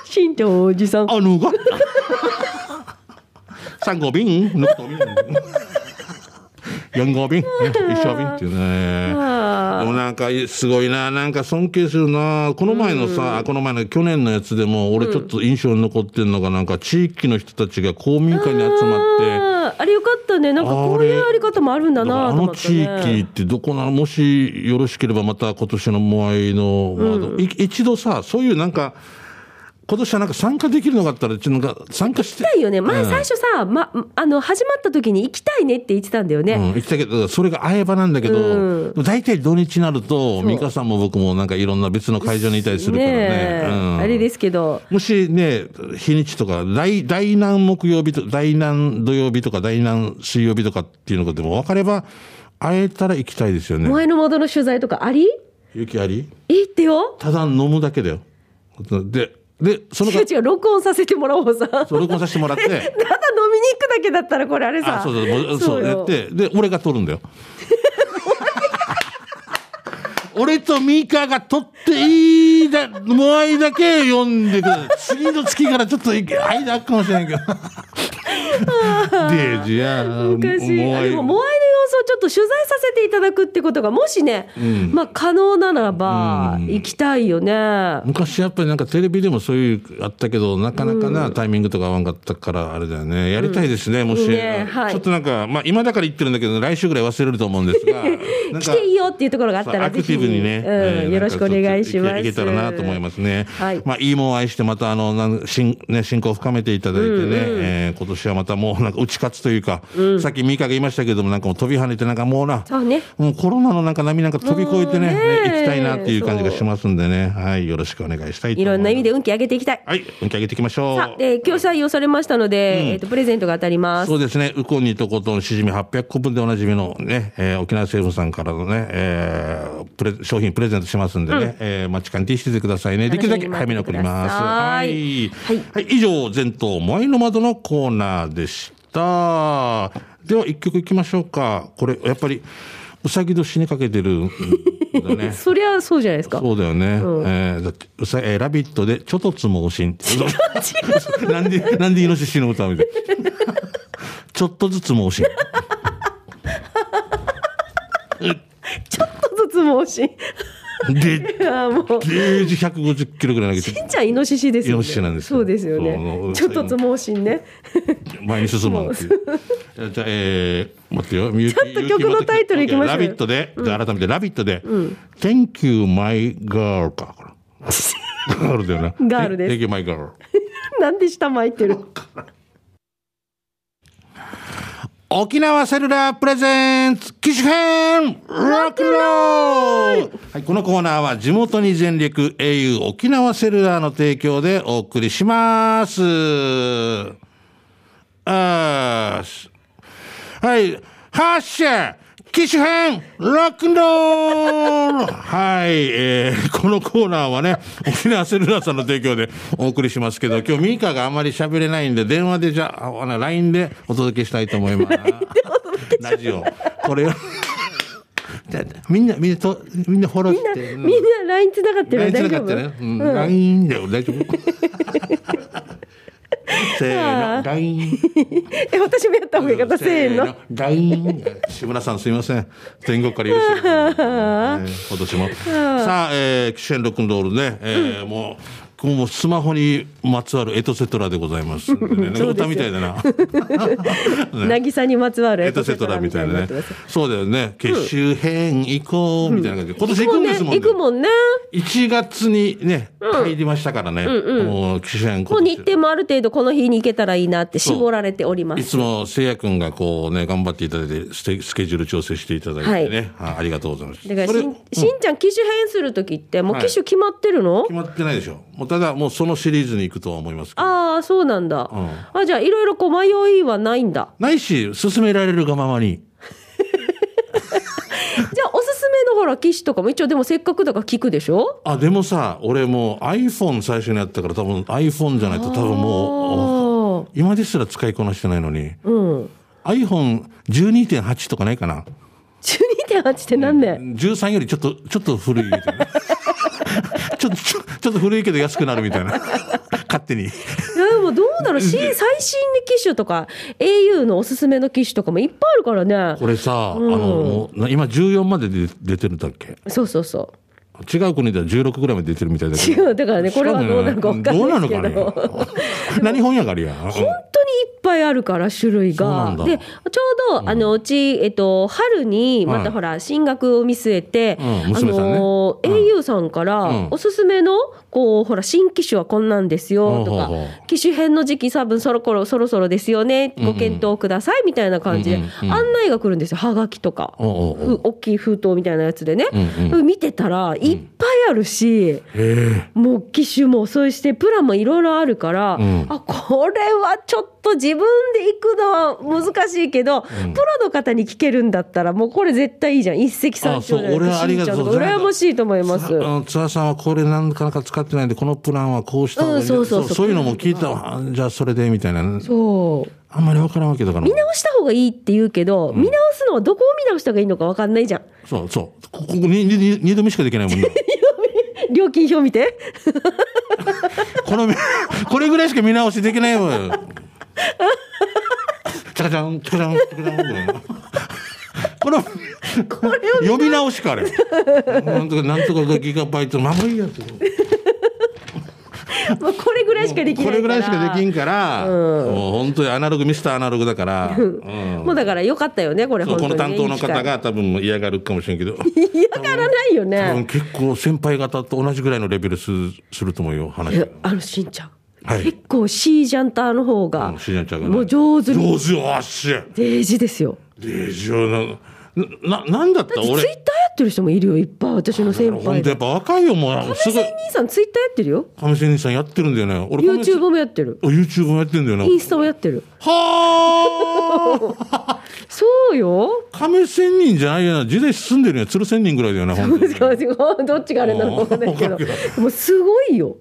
B: しんちゃんおじさん
A: あのが。三号瓶、六号瓶。四号瓶、一升瓶っていうね。
B: あ
A: でもなんかすごいな、なんか尊敬するな。この前のさ、この前の去年のやつでも、俺ちょっと印象に残ってるのが、なんか地域の人たちが公民館に集まって、
B: あーあれよかったねなんかこういうあり方もあるんだ
A: だからあ
B: なと思
A: の
B: って、
A: 地
B: ね、
A: 域ってどこなの、もしよろしければまた今年のモアイの窓、い一度さ、そういうなんか、今年はなんか参加できるのがあったら、ちょっとなんか参加して。
B: 行きたいよね前
A: うん
B: 最初さ、ま、あの始まった時に行きたいねって言ってたんだよね、
A: うん、言ってたけど、それが会えばなんだけど、
B: うん
A: 大体土日になると、
B: う
A: 美香さんも僕もなんかいろんな別の会場にいたりするからね。
B: え
A: うん、
B: あれですけど
A: もしね、日にちとか、大、大南木曜日と、大南土曜日とか、大南水曜日とかっていうのがでも分かれば、会えたら行きたいですよ
B: お
A: ね。
B: 前の窓の取材とかあり
A: 雪あり
B: いいってよ
A: ただ飲むだけだよ。で、で、その
B: 違う違う録音させてもらおうさただ飲
A: それ録音させてもらっ
B: みに
A: て、
B: 行くだけだったらこれあれさ
A: あ、そうそう、もうそう、や
B: よ
A: って、で、俺が撮るんだよ。 俺とミカが撮っていいだ、もあいだけ読んでください。次の月からちょっと間あっかもしれないけど。デージや、
B: 昔
A: モア
B: あ
A: イ
B: でもモアイの様子をちょっと取材させていただくってことがもしね、
A: ん
B: まあ可能ならば行きたいよね、
A: 昔やっぱりなんかテレビでもそういうあったけど、なかなかな、タイミングとか合わんかったから、あれだよね。やりたいですね、もし、
B: ねはい
A: ちょっとなんか、まあ今だから言ってるんだけど、来週ぐらい忘れると思うんです が、なん
B: 来
A: か
B: ていいよっていうところがあった
A: さあ
B: ら
A: ア
B: ぜ
A: ク
B: ひ
A: ティブにね、
B: うん
A: えー
B: よろしくお願いしま
A: なんかちょっと
B: す
A: いけたらなと思いますね。
B: はい
A: まあ、いいもんを愛して、また、あの、なんしんね、進行を深めていただいてね、えー今年はまたもう、なんか、打ち勝つというか、さっきミカが言いましたけども、なんかもう飛び跳ねて、なんかもうな、
B: そうね
A: もうコロナのなんか波なんか飛び越えてね、
B: もうね
A: ね行きたいなっていう感じがしますんでね、はい、よろしくお願いしたいと思います。
B: いろんな意味で運気上げていきたい、
A: はい、受け上げていきましょ
B: さあ
A: う。
B: で今日採用されましたので、えっとプレゼントが当たります
A: そうですね、ウコンにとことんしじみ800個分でおなじみのね、えー沖縄政府さんからのね、えープレ商品プレゼントしますんでね、えー、待ち感じしててくださいね。できるだけ早めに送ります。は
B: 楽しみ
A: い
B: に。。
A: はい、以上、前頭モアイの窓のコーナーでした。では、一曲いきましょうか。これ、やっぱり、うさぎ年にかけてるんだね
B: そりゃそうじゃないですか
A: そうだよね。えーだってうさ、えーラビットで、ちょとつもおしん。なんで、なんでイノシシの歌みたい。ちょっとずつもおしん。
B: ちょっとずつもうし
A: で、
B: あーもう
A: ゲージ150キロぐらい投げ て、
B: しんちゃんイノシシですよね
A: イノシシなんですよ
B: そうですよ
A: そう
B: ねちょっとつもうし んね
A: 前に進むっていう。じゃあ、えー、待ってよ。みゆき
B: ちょっと曲のタイトルいきましょうよ
A: ラビットで、じゃあ改めて、ラビットで、Thank you, my girl か。 これガールだよな。
B: ガールです
A: Thank you, my girl。
B: なんで下巻いてる
A: 沖縄セルラープレゼンツ機種編ロックンロールはい、このコーナーは地元に全力 au 沖縄セルラーの提供でお送りします。あーしはい、発射機種編ロックンロール はい、えー、このコーナーはね、沖縄セルラーさんの提供でお送りしますけど、今日ミカがあまり喋れないんで、電話でじゃあ、あの LINE でお届けしたいと思い ます。ラジオ。これを。じゃあみんな、みんなと、みんなフォロー
B: みんな
A: して。
B: みんな LINE つながってる
A: LINE つ
B: 大
A: な
B: 丈
A: がっ
B: 夫
A: てね。うん、LINE だよ、大丈夫。 せーの、LINE。
B: え私もやった方がいいかなせーの。
A: ライン。志村さんすいません。天国から許してくださいね。今年も。さあ、えー、キシェンロックンロールね、えーもう、もうスマホにまつわるエトセトラでございますんでね。なんか歌みたいだな。
B: 渚にまつわる
A: エトセトラみたいなね
B: エトセトラみたいになって。
A: そうだよね。結集編行こうみたいな感じで。今年行くんですもんね
B: 行。くもんね
A: 1月にね、入りましたからね。もう、機種編
B: も
A: 今
B: う
A: 年
B: 日程もある程度この日に行けたらいいなって絞られておりま
A: い
B: す
A: つもせいやくんがこうね、頑張っていただいて、ステスケジュール調整していただいてね、あありがとうございます。
B: だから
A: それ
B: しんしんちゃん機種変する時ってもう
A: はい
B: 機種決まってるの、
A: 決まってないでしょ。もうただ、もうそのシリーズに行くとは思いますけど。
B: ああそうなんだ、
A: ん
B: あじゃあいろいろこう迷いはないんだ
A: ないし、進められるがままに。
B: じゃあおすすめのほら機種とかも一応でもせっかくだから聞くでしょ
A: あ、でもさ、俺もう iPhone 最初にやったから多分 iPhone じゃないと多分もう、
B: ああ
A: 今ですら使いこなしてないのに、
B: うん
A: iPhone12.8 とかないかな。
B: 12.8って何年、
A: 13よりちょっと、ちょっと古いみたいな。 ちょっと、ちょちょっと古いけど安くなるみたいな。勝手に。
B: いやでもどうだろうし最新の機種とか au のおすすめの機種とかもいっぱいあるからね
A: これさ、あの、もうな今14まで出出てるんだっけ
B: そうそうそ
A: 違う国では16ぐらいまで出てるみたいだ
B: う
A: け
B: 違
A: ど。
B: うだからねこれはどうなるか分かんないですけ
A: どうなの
B: ど
A: かね 何翻訳あるやん。
B: 本当にいっぱいあるから種類
A: そうな
B: が
A: んだ
B: でちょうどあのうち、えっと、春にま
A: は
B: た
A: い
B: ほら進学を見据えて、
A: うん娘さんね
B: あの au さんから、
A: うん
B: おすすめのこうほら新機種はこんなんですよとか、
A: ほうほうほ
B: 機種編の時期多分そろころそろそろですよねご検討くださいみたいな感じで、
A: うんうんうん
B: 案内が来るんですよはがきとか、
A: おうおうおう
B: ふ大きい封筒みたいなやつでね、
A: うん
B: 見てたらいっぱいあるし。
A: へ
B: もう機種もそうしてプランもいろいろあるから、
A: ん
B: あこれはちょっと自分で行くのは難しいけど、プロの方に聞けるんだったらもうこれ絶対いいじゃん一石三鳥じゃない
A: あそう俺はありがとうございます
B: 羨ましいと思いま
A: え。
B: す。
A: あの津田さんはこれなんかなか使ってないんで、このプランはこうした方がいいんだ
B: うんそうそうそう
A: そういうのも聞いたわ。あじゃあそれで、みたいな。
B: そう
A: あんまりわからんわけだから
B: 見。直した方がいいって言うけど、見直すのはどこを見直した方がいいのか分かんないじゃん
A: そうそう。ここににに二度見しかできないもん ね。
B: 料金表見て
A: この、これぐらいしか見直しできないわよ。チャカチャン、チャカチャン、チャカチャンぐらいの。これ、
B: これを
A: 呼び直しかね。なんとか、なんとかがギガバイト、まぶいやつ。
B: もうこれぐらいしかできない
A: こ
B: から
A: れぐらいしかできんから、
B: うん
A: もう本当にアナログミスターアナログだから、 うん
B: もうだから良かったよねこれ
A: そう
B: 本当
A: こ
B: に
A: の
B: ね
A: 担当の方が多分嫌がるかもしれんけど
B: いい機会嫌がらないよ
A: 多分
B: ね
A: 結構先輩方と同じぐらいのレベルすすると思うよ
B: い
A: 話
B: やあのしんちゃん、
A: はい
B: 結構シージャンターの方が、
A: うんシージャンターがね
B: もう上手に
A: 上手よあっしゃ
B: デージですよ
A: でしょなななんだった
B: ツイッターや
A: 俺
B: ってる人もいるよいっぱい私の先
A: ほん
B: 輩
A: と
B: で
A: やっぱ若いよもうす
B: 亀
A: ごい
B: 仙人さんツイッターやってるよ
A: 亀仙人さんやってるんだよね俺
B: YouTube もやってる
A: YouTube もやってんだよな
B: インスタもやってる
A: はあ
B: そうよ
A: 亀仙人じゃないよな時代進んでるよ鶴仙人ぐらいだよな本当に
B: どっちがあれなのか分かんないけど
A: わかんないけ
B: もうすごいよ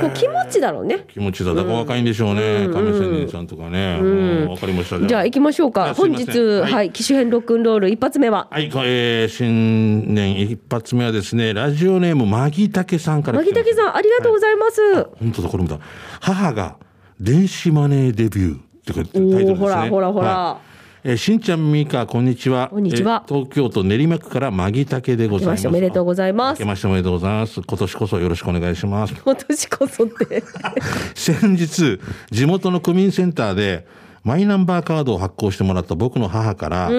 B: こう気持ちだろうね
A: 気持ちだだから若いんでしょうね、亀仙人さんとかね、うんわかりました
B: じゃあ行きましょうか
A: あすい
B: 本
A: ません
B: 日、
A: は
B: はいい機種編ロックンロール一発目は
A: はい、こえー新年一発目はですね、ラジオネーム、マギタケさんから
B: マ
A: 来て
B: ギ
A: ます。
B: タケさんありがとうございます、
A: 本当だ、これもだ。母が電子マネーデビューって書いて
B: お
A: タイトルで
B: ー
A: すね。
B: ほらほらほら
A: はいえーしんちゃん、みーか、こんにちは。
B: こんにちは
A: えー東京都練馬区からマギタケでございま
B: 明けまし
A: す。
B: ておめでとうございます
A: 明けましておめでとうございます。今年こそよろしくお願いします。
B: 今年こそって
A: 先日、地元の区民センターで、マイナンバーカードを発行してもらった僕の母から、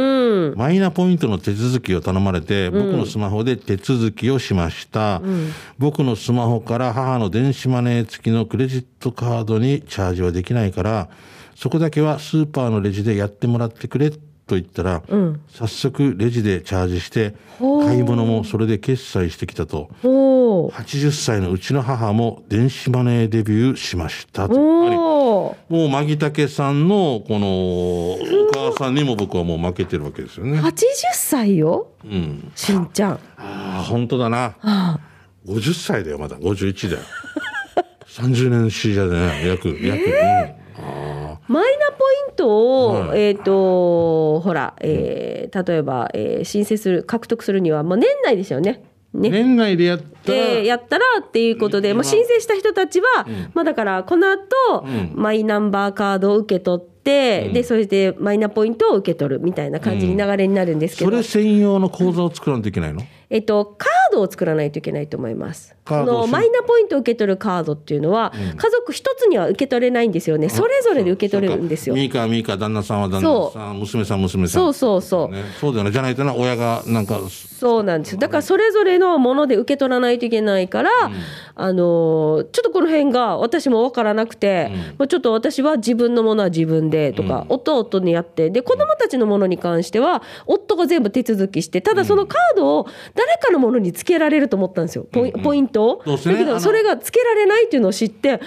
A: マイナポイントの手続きを頼まれて、僕のスマホで手続きをしました、僕のスマホから母の電子マネー付きのクレジットカードにチャージはできないから、そこだけはスーパーのレジでやってもらってくれと言ったら、早速レジでチャージして、買い物もそれで決済してきたと。
B: おー
A: 80歳のうちの母も電子マネーデビューしましたと。も
B: おー
A: う、マギタケさんの、この、お母さんにも僕はもう負けてるわけですよね。
B: 80歳よ
A: うん。
B: しんちゃん
A: ああ、本当だな。50歳だよ、まだ。51だよ。30年 C じゃね、約、約。
B: マイナポイントを、
A: はい
B: えっ、とほら、えー例えば、えー申請する獲得するにはもう年内ですよね。
A: うん
B: ね
A: 年内でやったら、
B: でやったらっていうことで、
A: 今
B: まあ、申請した人たちは、まあ、だからこの後、
A: ん
B: マイナンバーカードを受け取って、でそれでマイナポイントを受け取るみたいな感じに流れになるんですけ
A: そ
B: ど、
A: れ専用の口座を作らないといけないの、
B: えっと、カードを作らないといけないと思います。
A: カー
B: そ
A: ドを
B: のマイナポイントを受け取るカードっていうのは、家族一つには受け取れないんですよね、それぞれで受け取れるんですよ。
A: ミーカーミーカー旦那さんは旦那さん、娘さん娘さん。
B: そうそうそう、
A: ね、そうだよね。じゃないとな、親がなんか、
B: そうなんですよだからそれぞれのもので受け取らないといけないから、あのーちょっとこの辺が私も分からなくて、もうちょっと私は自分のものは自分でとか、夫は夫にやってで子供たちのものに関しては夫が全部手続きしてただそのカードを誰かのものにつけられると思ったんですよポイ,、ポイントを。
A: どうせね
B: だけ
A: あ
B: ど
A: の
B: それがつけられないっていうのを知って、あ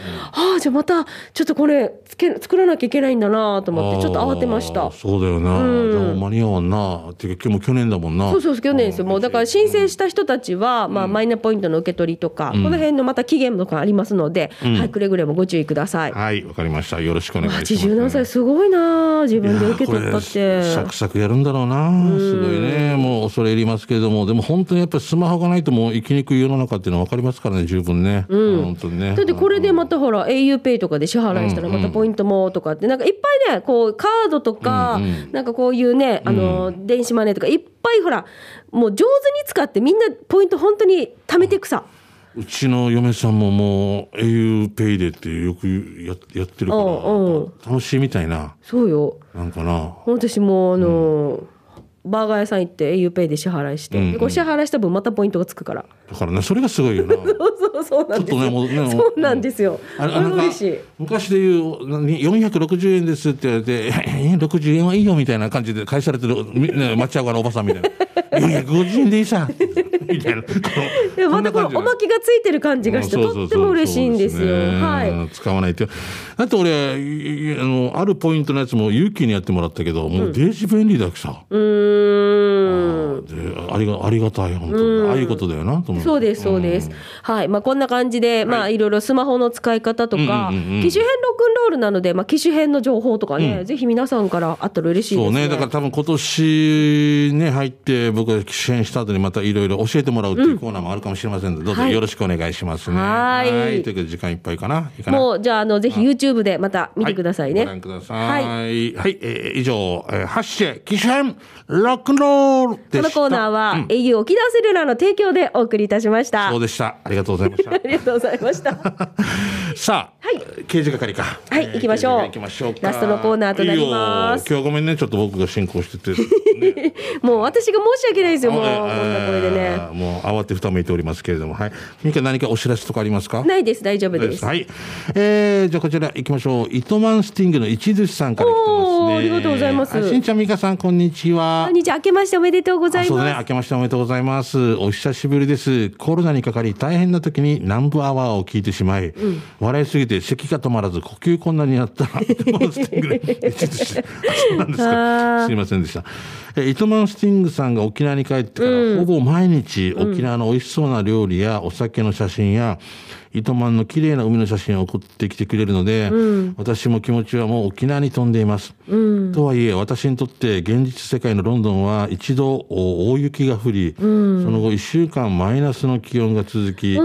B: あじゃあまたちょっとこれつけ作らなきゃいけないんだなと思ってちょっと慌てまし
A: あ
B: た
A: ー。そうだよな、
B: うん
A: じゃあもう間に合わんなっていうかもう去年だもんな
B: そうそう去年ですよ、もうだから申請した人たちは、まあ、マイナポイントの受け取りとか、この辺のまた期限とかありますので、はい、くれぐれもご注意ください。
A: はいわかりましたよろしくお願いします
B: 87歳、すごいなあ、自分で受け取ったっ
A: いや
B: て
A: ーこれ。サクサクやるんだろうなすごいねもう恐れ入りますけれどもでも本当にやっぱりスマホがないともう生きにくい世の中っていうのは分かりますからね十分ね、うん、本当にね
B: だってこれでまたほら auPay とかで支払いしたらまたポイントもとかってなんかいっぱいねこうカードとかなんかこういうねあの電子マネーとかいっぱいほらもう上手に使ってみんなポイント本当に貯めていくさ
A: うちの嫁さんももう auPay でってよくややってるから、
B: うんうん
A: 楽しいみたいな
B: そうよ
A: なんかな
B: 私もあのーバーガー屋さん行って auPay で支払いして、でこう支払いした分またポイントがつくから
A: だからねそれがすごいよな
B: そうそうそうな
A: ちょ
B: んですよ、
A: っとねもうね
B: そうなんですよ、
A: あれ
B: これ
A: なんか
B: 嬉しい
A: 昔で言う、何460円ですって言われて、えー60円はいいよみたいな感じで返されてる、みね、町屋のおばさんみたいな。450円でいい さ。 みたいな。この
B: でまたこ
A: んな感じ
B: のおまけがついてる感じがして、
A: うんそうそ
B: と
A: う
B: っ
A: そ
B: て
A: う
B: も嬉しいんですよ
A: そうね
B: はい
A: 使わないって。だって俺、いいあの、あるポイントのやつも勇気にやってもらったけど、もうデージ便利だけさ。
B: うーん
A: でありがありがたい本当にああいうことだよなと思
B: そうです、そうです。はい。まあ、こんな感じで、まあ、いろいろスマホの使い方とか、
A: うんうんうんうん
B: 機種編ロックンロールなので、まあ、機種編の情報とかね、ぜひ皆さんからあったら嬉しいで
A: そう
B: すね。
A: ね。だから多分今年ね、入って僕が支援した後にまたいろいろ教えてもらうっていうコーナーもあるかもしれませんので、どうぞ
B: はい
A: よろしくお願いしますね。
B: はーい
A: ということで時間いっぱいかな。いいかな
B: もう、じゃあ、あの、ぜひ YouTube でまた見てくださいね。
A: はご覧ください。はい。えー以上、えー、ハッシェ、機種編、ロックンロールで
B: こ
A: した。
B: のコーナーは、au 沖縄セルラーの提供でお送りいたしました。
A: そう
B: あ
A: でした。ありがとうございま した。
B: りがとうございました。
A: さあ、
B: は
A: 刑事係か。
B: はい行きましょう
A: 刑事係行きましょうか
B: ラストのコーナーとなります
A: いいよ今日はごめんね、ちょっと僕が進行してて。
B: もう、私が申し訳ないですよ、もう、こん
A: あ
B: なこれで
A: え
B: ね。
A: ーもう慌てふためいておりますけれども、はい。みか何かお知らせとかありますか
B: ないです、大丈夫
A: そう
B: で
A: です
B: す。
A: はい。えー、じゃあこちら行きましょう。糸満スティングの一寿司さんから来てます
B: お
A: ね。
B: ーありがとうございます
A: あしんちゃん、みかさん、こんにちは。
B: こんにちは、明けましておめでとうござ
A: あ
B: い
A: そうだね。
B: ま
A: 明けましておめでとうございます。お久しぶりです。コロナにかかり大変な時に南部アワーを聞いてしまい、笑いすぎて咳が止まらず呼吸困難にな った。 糸満スティングで。一時あそうなんです
B: あ
A: か。
B: ー
A: すいませんでした。え、糸満スティングさんが沖縄に帰ってから、ほぼ毎日沖縄の美味しそうな料理やお酒の写真や、糸満の綺麗な海の写真を送ってきてくれるので、私も気持ちはもう沖縄に飛んでいます。とはいえ、私にとって現実世界のロンドンは一度お大雪が降り、その後1週間マイナスの気温が続き、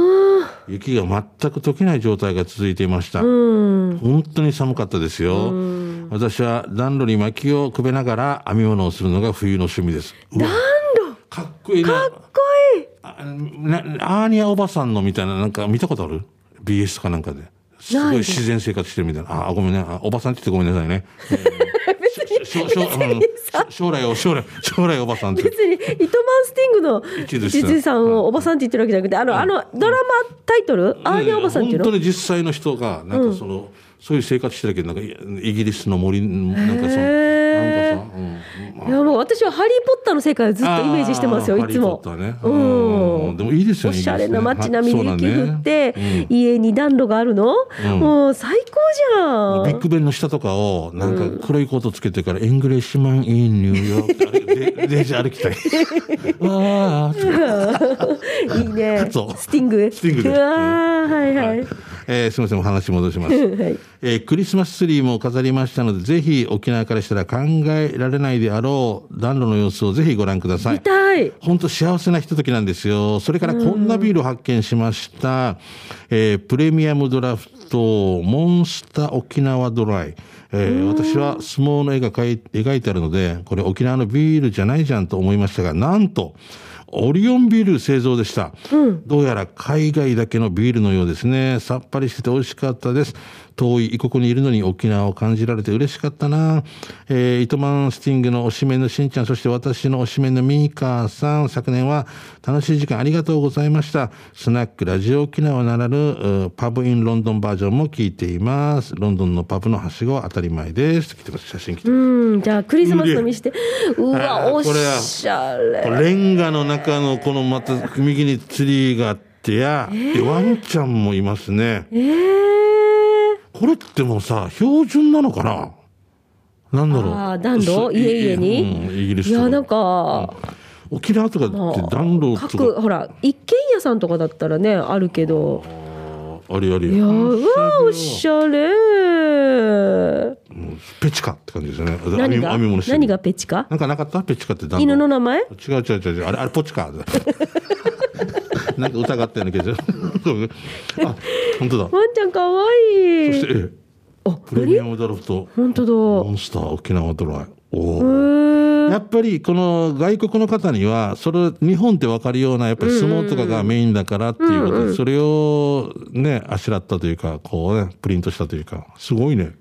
A: 雪が全く溶けない状態が続いていました。本当に寒かったですよ。私は暖炉に薪をくべながら編み物をするのが冬の趣味です。暖炉かっこいいな。
B: す。かっこいい
A: あなアーニャおばさんのみたいな、なんか見たことある ?BS かなんかで。すごい自然生活してるみたいな。あ、ごめんね。あおばさんって言ってごめんなさい ね。しょしょうん将来を、将来、将来おばさんって。
B: 別に、糸満スティングの
A: 一途さん
B: 一途さんをおばさんって言ってるわけじゃなくて、あの、あの、ドラマタイトルアーニャおばさんっていうの
A: 本当に実際の人が、なんかその、そういう生活してるけど、なんかイイギリスの森、なんかその、
B: へー
A: なんかさ、うん
B: いやもう私はハリー・ポッターの世界をずっとイメージしてますよ、いつも。
A: あーハリーポッ
B: う
A: ターねうん
B: ん。
A: でもいいですよ
B: お
A: ね
B: しゃれな街並みに雪
A: イギリスね
B: 降って、
A: はいそうだね
B: 家に暖炉があるの、
A: ん
B: もう最高じゃん。
A: ビッグベンの下とかを、なんか黒いコートつけてから、エングレッシュマン・イン・ニューヨークってあれ、 で電車歩きたい。 わーって
B: いいね。
A: そう
B: スティング。
A: スティングで
B: うわーはいはい。
A: えーすみません、お話戻します。
B: はい
A: えークリスマスツリーも飾りましたので、ぜひ沖縄からしたら考えられないであろう暖炉の様子をぜひご覧ください
B: 見。たい。
A: 本当幸せなひとときなんですよ。それからこんなビールを発見しました。えープレミアムドラフト、モンスター沖縄ドライ。えー私は相撲の絵が描い描いてあるので、これ沖縄のビールじゃないじゃんと思いましたが、なんと、オリオンビール製造でした、どうやら海外だけのビールのようですね。さっぱりしてて美味しかったです。遠い異国にいるのに沖縄を感じられて嬉しかったな。えー、糸満スティングのおしめのしんちゃん、そして私のおしめのミーカーさん、昨年は楽しい時間ありがとうございました。スナックラジオ沖縄ならぬ、うパブインロンドンバージョンも聞いています。ロンドンのパブのはしごは当たり前です。来てます。写真来てます。
B: うん、じゃあクリスマスの見して。うわ、
A: あ
B: お
A: ーこれは
B: しゃれ。
A: レンガの中のこのまた右にツリーがあってや、でワンちゃんもいますね。
B: えー。
A: これってもうさ、標準なのかななんだろう。
B: ああ、暖炉
A: そう
B: 家
A: う
B: 々
A: んイギ
B: に。
A: リス
B: い
A: とか
B: や、なんか、
A: 沖縄とかって暖炉と
B: 各
A: か
B: ほら一軒家さんとかだったらねあるけど
A: ありあり
B: いやーうわーおしゃれ
A: ペチカって感じですよね編み
B: 何が
A: 編み物してる
B: 何がペチカ
A: なんかなかったペチカって暖炉
B: 犬の名前
A: 違う違う違う違うあれあれポチ カなんか疑ったような気がするあ本当だ
B: ワンちゃんかわ
A: そ
B: い
A: して
B: い
A: え
B: あ
A: プレミアムドラフト
B: 本当
A: モンスター沖縄ドライお
B: だ
A: ー
B: へー
A: やっぱりこの外国の方には、それ、日本って分かるような、やっぱり相撲とかがメインだからっていうことで、それをね、あしらったというか、こうね、プリントしたというか、すごいね。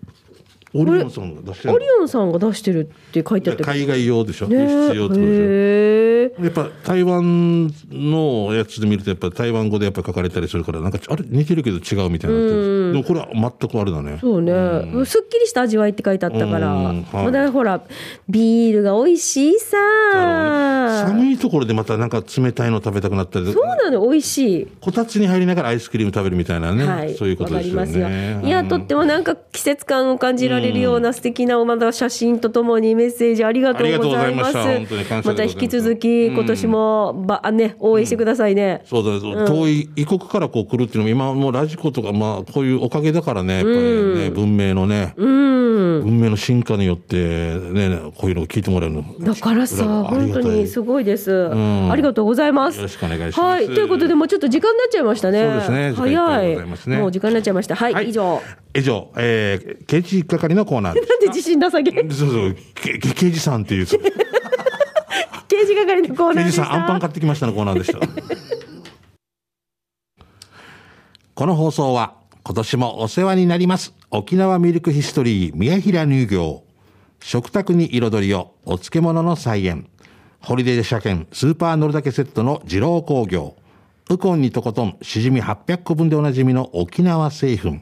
A: オリオンさんが出して
B: オ
A: る
B: リオンさんが出してるって書いてあったけ
A: 海外用でしょ、
B: どね
A: 輸出用ってことでしょ。
B: へー
A: やっぱ台湾のやつで見ると、やっぱり台湾語でやっぱ書かれたりするから、なんかあれ似てるけど違うみたいになってる。でもこれは全くあれだね。
B: そうねすっきりした味わいって書いてあったから
A: うんはい
B: まだほらビールが美味しいさ
A: 寒いところでまたなんか冷たいの食べたくなったりと
B: そうなの美味しい
A: こたつに入りながらアイスクリーム食べるみたいなね、
B: はい、
A: そういうことですよ
B: わかり
A: ね
B: ますよいや、とってもなんか季節感を感じられるような素敵なまた写真とともにメッセージありがとうございます。
A: ありがとうございました本当に感謝でご
B: ま
A: ざ
B: た
A: います
B: 引き続き今年もばあね応援してくださいね。
A: そうだね、遠い異国からこう来るっていうのも今もうラジコとかまあこういうおかげだからねやっぱりね、文明のね、文明の進化によってねこういうのを聞いてもらえるの
B: だからさ
A: 裏があり
B: 本
A: が
B: 当
A: たい
B: にすごいです、
A: ん
B: ありがとうございます。
A: よろしくお願いします
B: はいということでもうちょっと時間になっちゃいましたね。
A: そうですね時間いっぱい
B: 早
A: で
B: い
A: ございますね
B: もう時間になっちゃいました。はい、
A: はい
B: 以上。
A: 以上、えー、刑事係のコーナーです
B: なんで自信なさげ 刑
A: そうそうけけ刑事さんっていう刑
B: 事係のコーナーで
A: 事
B: した。
A: さんアンパン買ってきましたのコーナーでしたこの放送は今年もお世話になります沖縄ミルクヒストリー宮平乳業食卓に彩りをお漬物の菜園ホリデー車検スーパーのるだけセットの二郎工業ウコンにとことんしじみ800個分でおなじみの沖縄製粉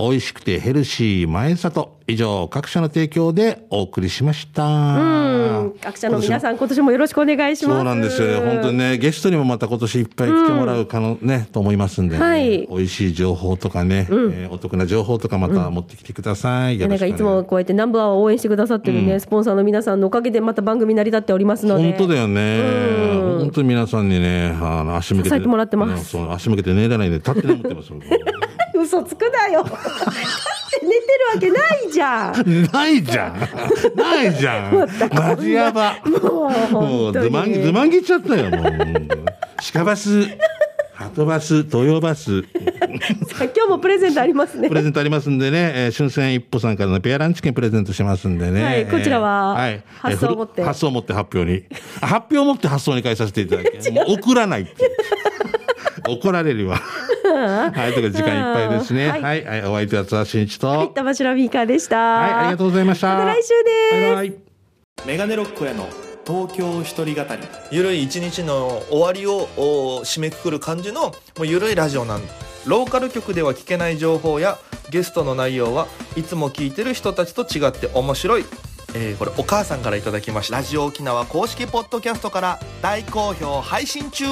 A: 美味しくてヘルシー前里以上各社の提供でお送りしました
B: うん学者の皆さん今年もよろしくお願いします。
A: そうなんですよ。本当にね、ゲストにもまた今年いっぱい来てもらうかの、ね、と思いますんでね、
B: はい
A: 美味しい情報とかね、えーお得な情報とかまた持ってきてください。よ
B: な
A: ろ
B: ん
A: しく
B: か
A: お願
B: いつもこうやってナンバーを応援してくださってるね、スポンサーの皆さんのおかげでまた番組成り立っておりますので
A: 本当だよね。本当に皆さんにね、あの足向け
B: 支えてもらってます
A: ねそう足向けて寝らないで立って眠ってます。
B: 嘘つくなよだって寝てるわけないじゃん
A: ないじゃん。ないじゃん。 マジやば。
B: もう
A: も
B: 本
A: う
B: 当
A: ずまん
B: に
A: ずまんぎっちゃったよ。もう鹿バス、ハトバス、豊バス。
B: さあ今日もプレゼントあります ね
A: プレゼントありますんでね、えー、春戦一歩さんからのペアランチ券プレゼントしますんでね。
B: はいこちらは
A: えーはい、
B: 発送を持って
A: えーふる発送を持って発表に。あ発表を持って発送に変えさせていただ き、もう送らないっていう 怒られるわ。はい、ということで時間いっぱいですね。
B: は
A: はいい、はい、お相手は津田真一と。
B: はい田柱ミーカーでした
A: はい、ありがとうございました。
B: また来週です
A: バイバイ
C: メガネロックへの東京一人語り
D: ゆるい一日の終わりをお締めくくる感じのもうゆるいラジオなんでローカル局では聞けない情報やゲストの内容はいつも聞いてる人たちと違って面白い、えーこれお母さんからいただきましたラジオ沖縄公式ポッドキャストから大好評配信中